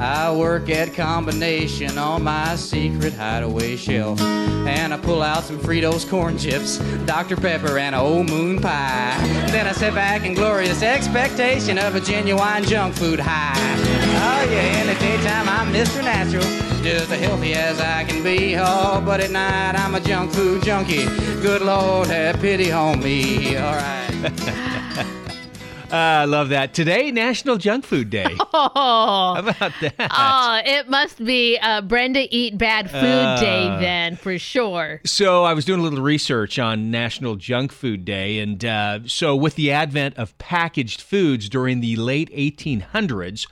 I work at Combination on my secret hideaway shelf. And I pull out some Fritos corn chips, Dr. Pepper, and a old moon pie. Then I sit back in glorious expectation of a genuine junk food high. Oh, yeah, in the daytime I'm Mr. Natural, just as healthy as I can be. Oh, but at night I'm a junk food junkie. Good Lord, have pity on me. All right. Ah, I love that. Today, National Junk Food Day. Oh, How about that? oh, it must be uh, Brenda Eat Bad Food Uh. Day then, for sure. So I was doing a little research on National Junk Food Day, and uh, so with the advent of packaged foods during the late 1800s,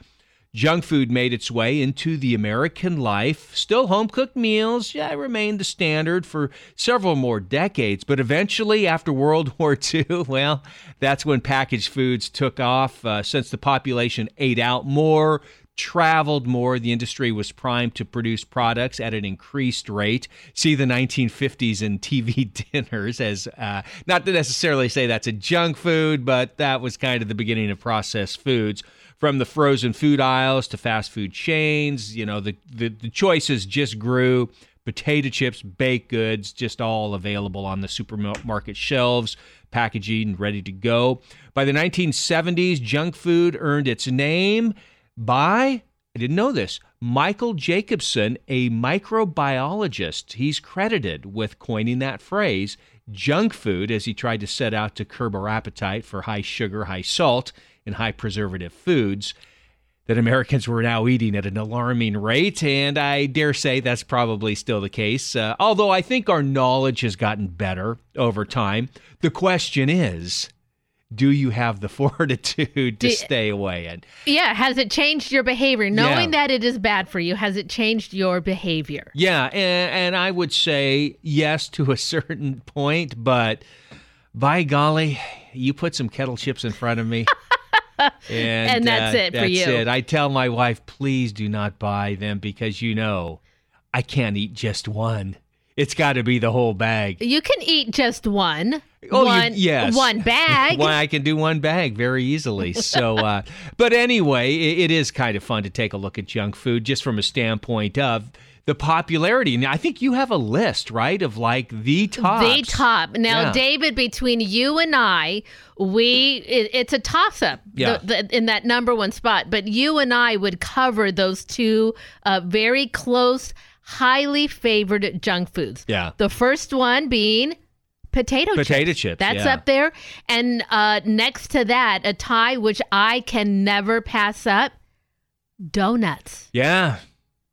junk food made its way into the American life. Still, home cooked meals yeah, remained the standard for several more decades, but eventually, after World War II, well, that's when packaged foods took off. Uh, since the population ate out more, traveled more. The industry was primed to produce products at an increased rate. See the 1950s in TV dinners as uh, not to necessarily say that's a junk food, but that was kind of the beginning of processed foods. From the frozen food aisles to fast food chains, you know, the, the, the choices just grew. Potato chips, baked goods, just all available on the supermarket shelves packaging ready to go. By the 1970s, junk food earned its name by, I didn't know this, Michael Jacobson, a microbiologist. He's credited with coining that phrase, junk food, as he tried to set out to curb our appetite for high sugar, high salt, and high preservative foods that Americans were now eating at an alarming rate, and I dare say that's probably still the case. Uh, although I think our knowledge has gotten better over time. The question is do you have the fortitude to Do- stay away? And Yeah, has it changed your behavior? Knowing Yeah. that it is bad for you, has it changed your behavior? yeah, and, and I would say yes to a certain point, but by golly, you put some kettle chips in front of me. And, And that's uh, it for that's you. it. I tell my wife, please do not buy them because you know I can't eat just one. It's got to be the whole bag. You can eat just one. Oh, you- one- yes. One bag. Why I can do one bag very easily. So, uh, but anyway, it, it is kind of fun to take a look at junk food just from a standpoint of the popularity. And I think you have a list, right, of like the top. The top. Now, Yeah. David, between you and I, we it, it's a toss up Yeah. in that number one spot. But you and I would cover those two uh, very close, highly favored junk foods. Yeah. The first one being potato chips. Potato chips, That's yeah. up there, and uh, next to that, a tie which I can never pass up: donuts. Yeah.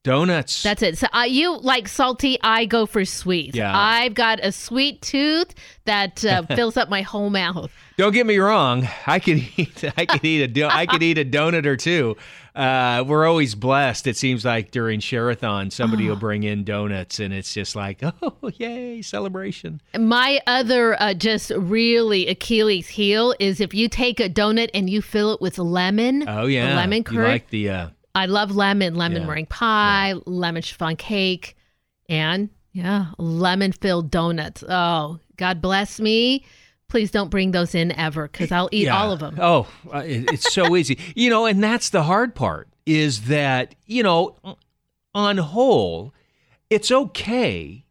Donuts. That's it. So uh, you like salty, I go for sweet. Yeah. I've got a sweet tooth that uh, fills up my whole mouth. Don't get me wrong. I could eat. I could eat a. Do- I could eat a donut or two. Uh, we're always blessed. It seems like during Sherathon, Ah. somebody will bring in donuts, and it's just like, oh, yay, celebration. My other uh, just really Achilles heel is if you take a donut and you fill it with lemon. Oh yeah, Lemon You curd. like the uh, I love lemon, lemon Yeah. meringue pie, lemon chiffon cake, and yeah, lemon filled donuts. Oh, God bless me. Please don't bring those in ever because I'll eat Yeah. all of them. Oh, uh, it- it's so easy. You know, and that's the hard part is that, you know, on whole, it's okay,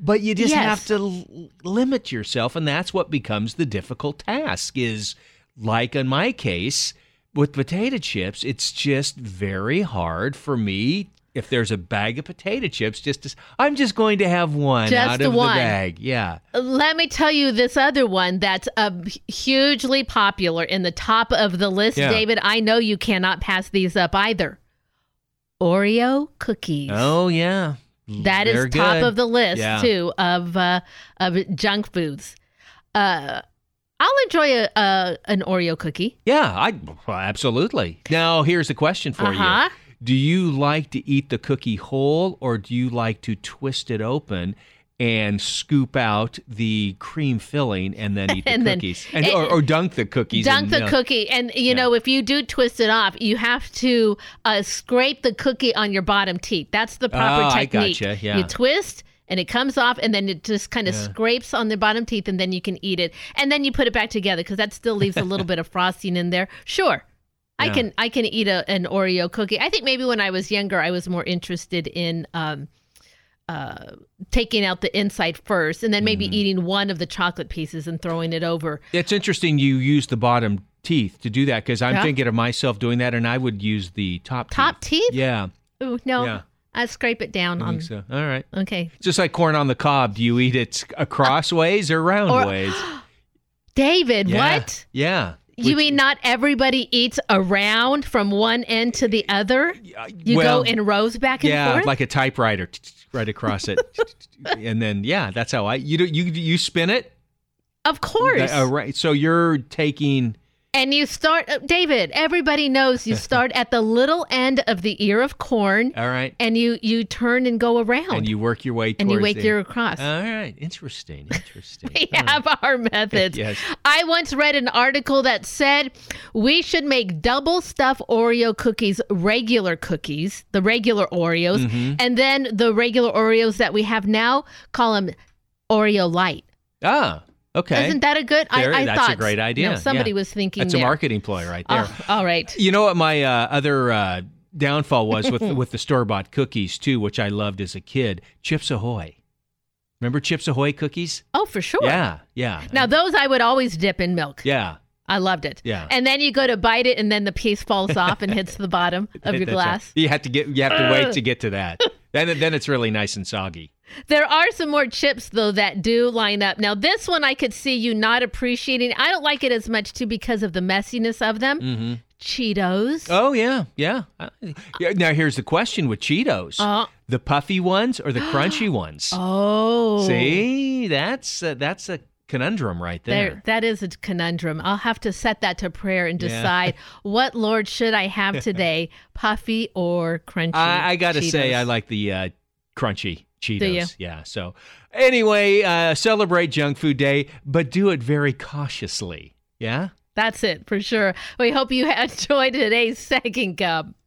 but you just Yes. have to l- limit yourself and that's what becomes the difficult task is like in my case with potato chips, it's just very hard for me if there's a bag of potato chips just to, s- I'm just going to have one Just out of one. the bag. Yeah. Let me tell you this other one that's uh, hugely popular in the top of the list, Yeah. David. I know you cannot pass these up either. Oreo cookies. Oh yeah. that is They're top good. of the list Yeah. too of uh, of junk foods. Uh, I'll enjoy a, a an Oreo cookie. Yeah, I well, absolutely. Now here's the question for Uh-huh. you: Do you like to eat the cookie whole, or do you like to twist it open and scoop out the cream filling and then eat the And then- cookies, and, or, or dunk the cookies? Dunk in the milk? cookie, and you Yeah. know if you do twist it off, you have to uh, scrape the cookie on your bottom teeth. That's the proper Oh, I technique. gotcha, yeah. You twist, and it comes off, and then it just kind of scrapes on the bottom teeth, and then you can eat it, and then you put it back together because that still leaves a little bit of frosting in there. Sure, I Yeah. can I can eat a, an Oreo cookie. I think maybe when I was younger, I was more interested in um, uh, taking out the inside first, and then maybe Mm-hmm. eating one of the chocolate pieces and throwing it over. It's interesting you use the bottom teeth to do that because I'm Yeah. thinking of myself doing that, and I would use the top Top teeth? Yeah, Ooh, no, Um, Yeah. I scrape it down I on. think so. All right, Okay, just like corn on the cob. Do you eat it across ways or round Uh, Or- ways? David, Yeah. what? Yeah. You Which- mean not everybody eats around from one end to the other? You uh, well, go in rows back and yeah, forth. like a typewriter, right across it, and then yeah, that's how I you do you you spin it. of course. Uh, right. So you're taking And you start, uh, David. Everybody knows you start at the little end of the ear of corn, all right, and you you turn and go around, and you work your way towards and you wake the- Uh, your across. All right, interesting, interesting. we have our methods. Yes. I once read an article that said we should make double stuff Oreo cookies regular cookies, the regular Oreos, Mm-hmm. and then the regular Oreos that we have now call them Oreo Light. Ah, okay. Isn't that a good? There- I, I that's a thought great you know, idea. somebody Yeah. was thinking That's there. a marketing ploy right there. Oh, all right. You know what my uh, other uh, downfall was with with the store bought cookies too, which I loved as a kid. Chips Ahoy. Remember Chips Ahoy cookies? Oh, for sure. Yeah, yeah. Now those I would always dip in milk. yeah, I loved it. Yeah. And then you go to bite it, and then the piece falls off and hits the bottom of your That's right. glass. You have to get. You have to wait to get to that. Then then it's really nice and soggy. There are some more chips though that do line up. Now this one I could see you not appreciating. I don't like it as much too because of the messiness of them. Mm-hmm. Cheetos. Oh yeah, yeah. Uh, yeah, Now here's the question with Cheetos: Uh. the puffy ones or the crunchy ones? Oh. See, that's uh, that's a conundrum right There, there. that is a conundrum. I'll have to set that to prayer and Yeah. decide what Lord should I have today, puffy or crunchy. I, I gotta say, Cheetos. I like the uh, crunchy Cheetos. you? Yeah. So anyway, uh, celebrate Junk Food Day, but do it very cautiously. Yeah. That's it for sure. We hope you enjoyed today's second cup.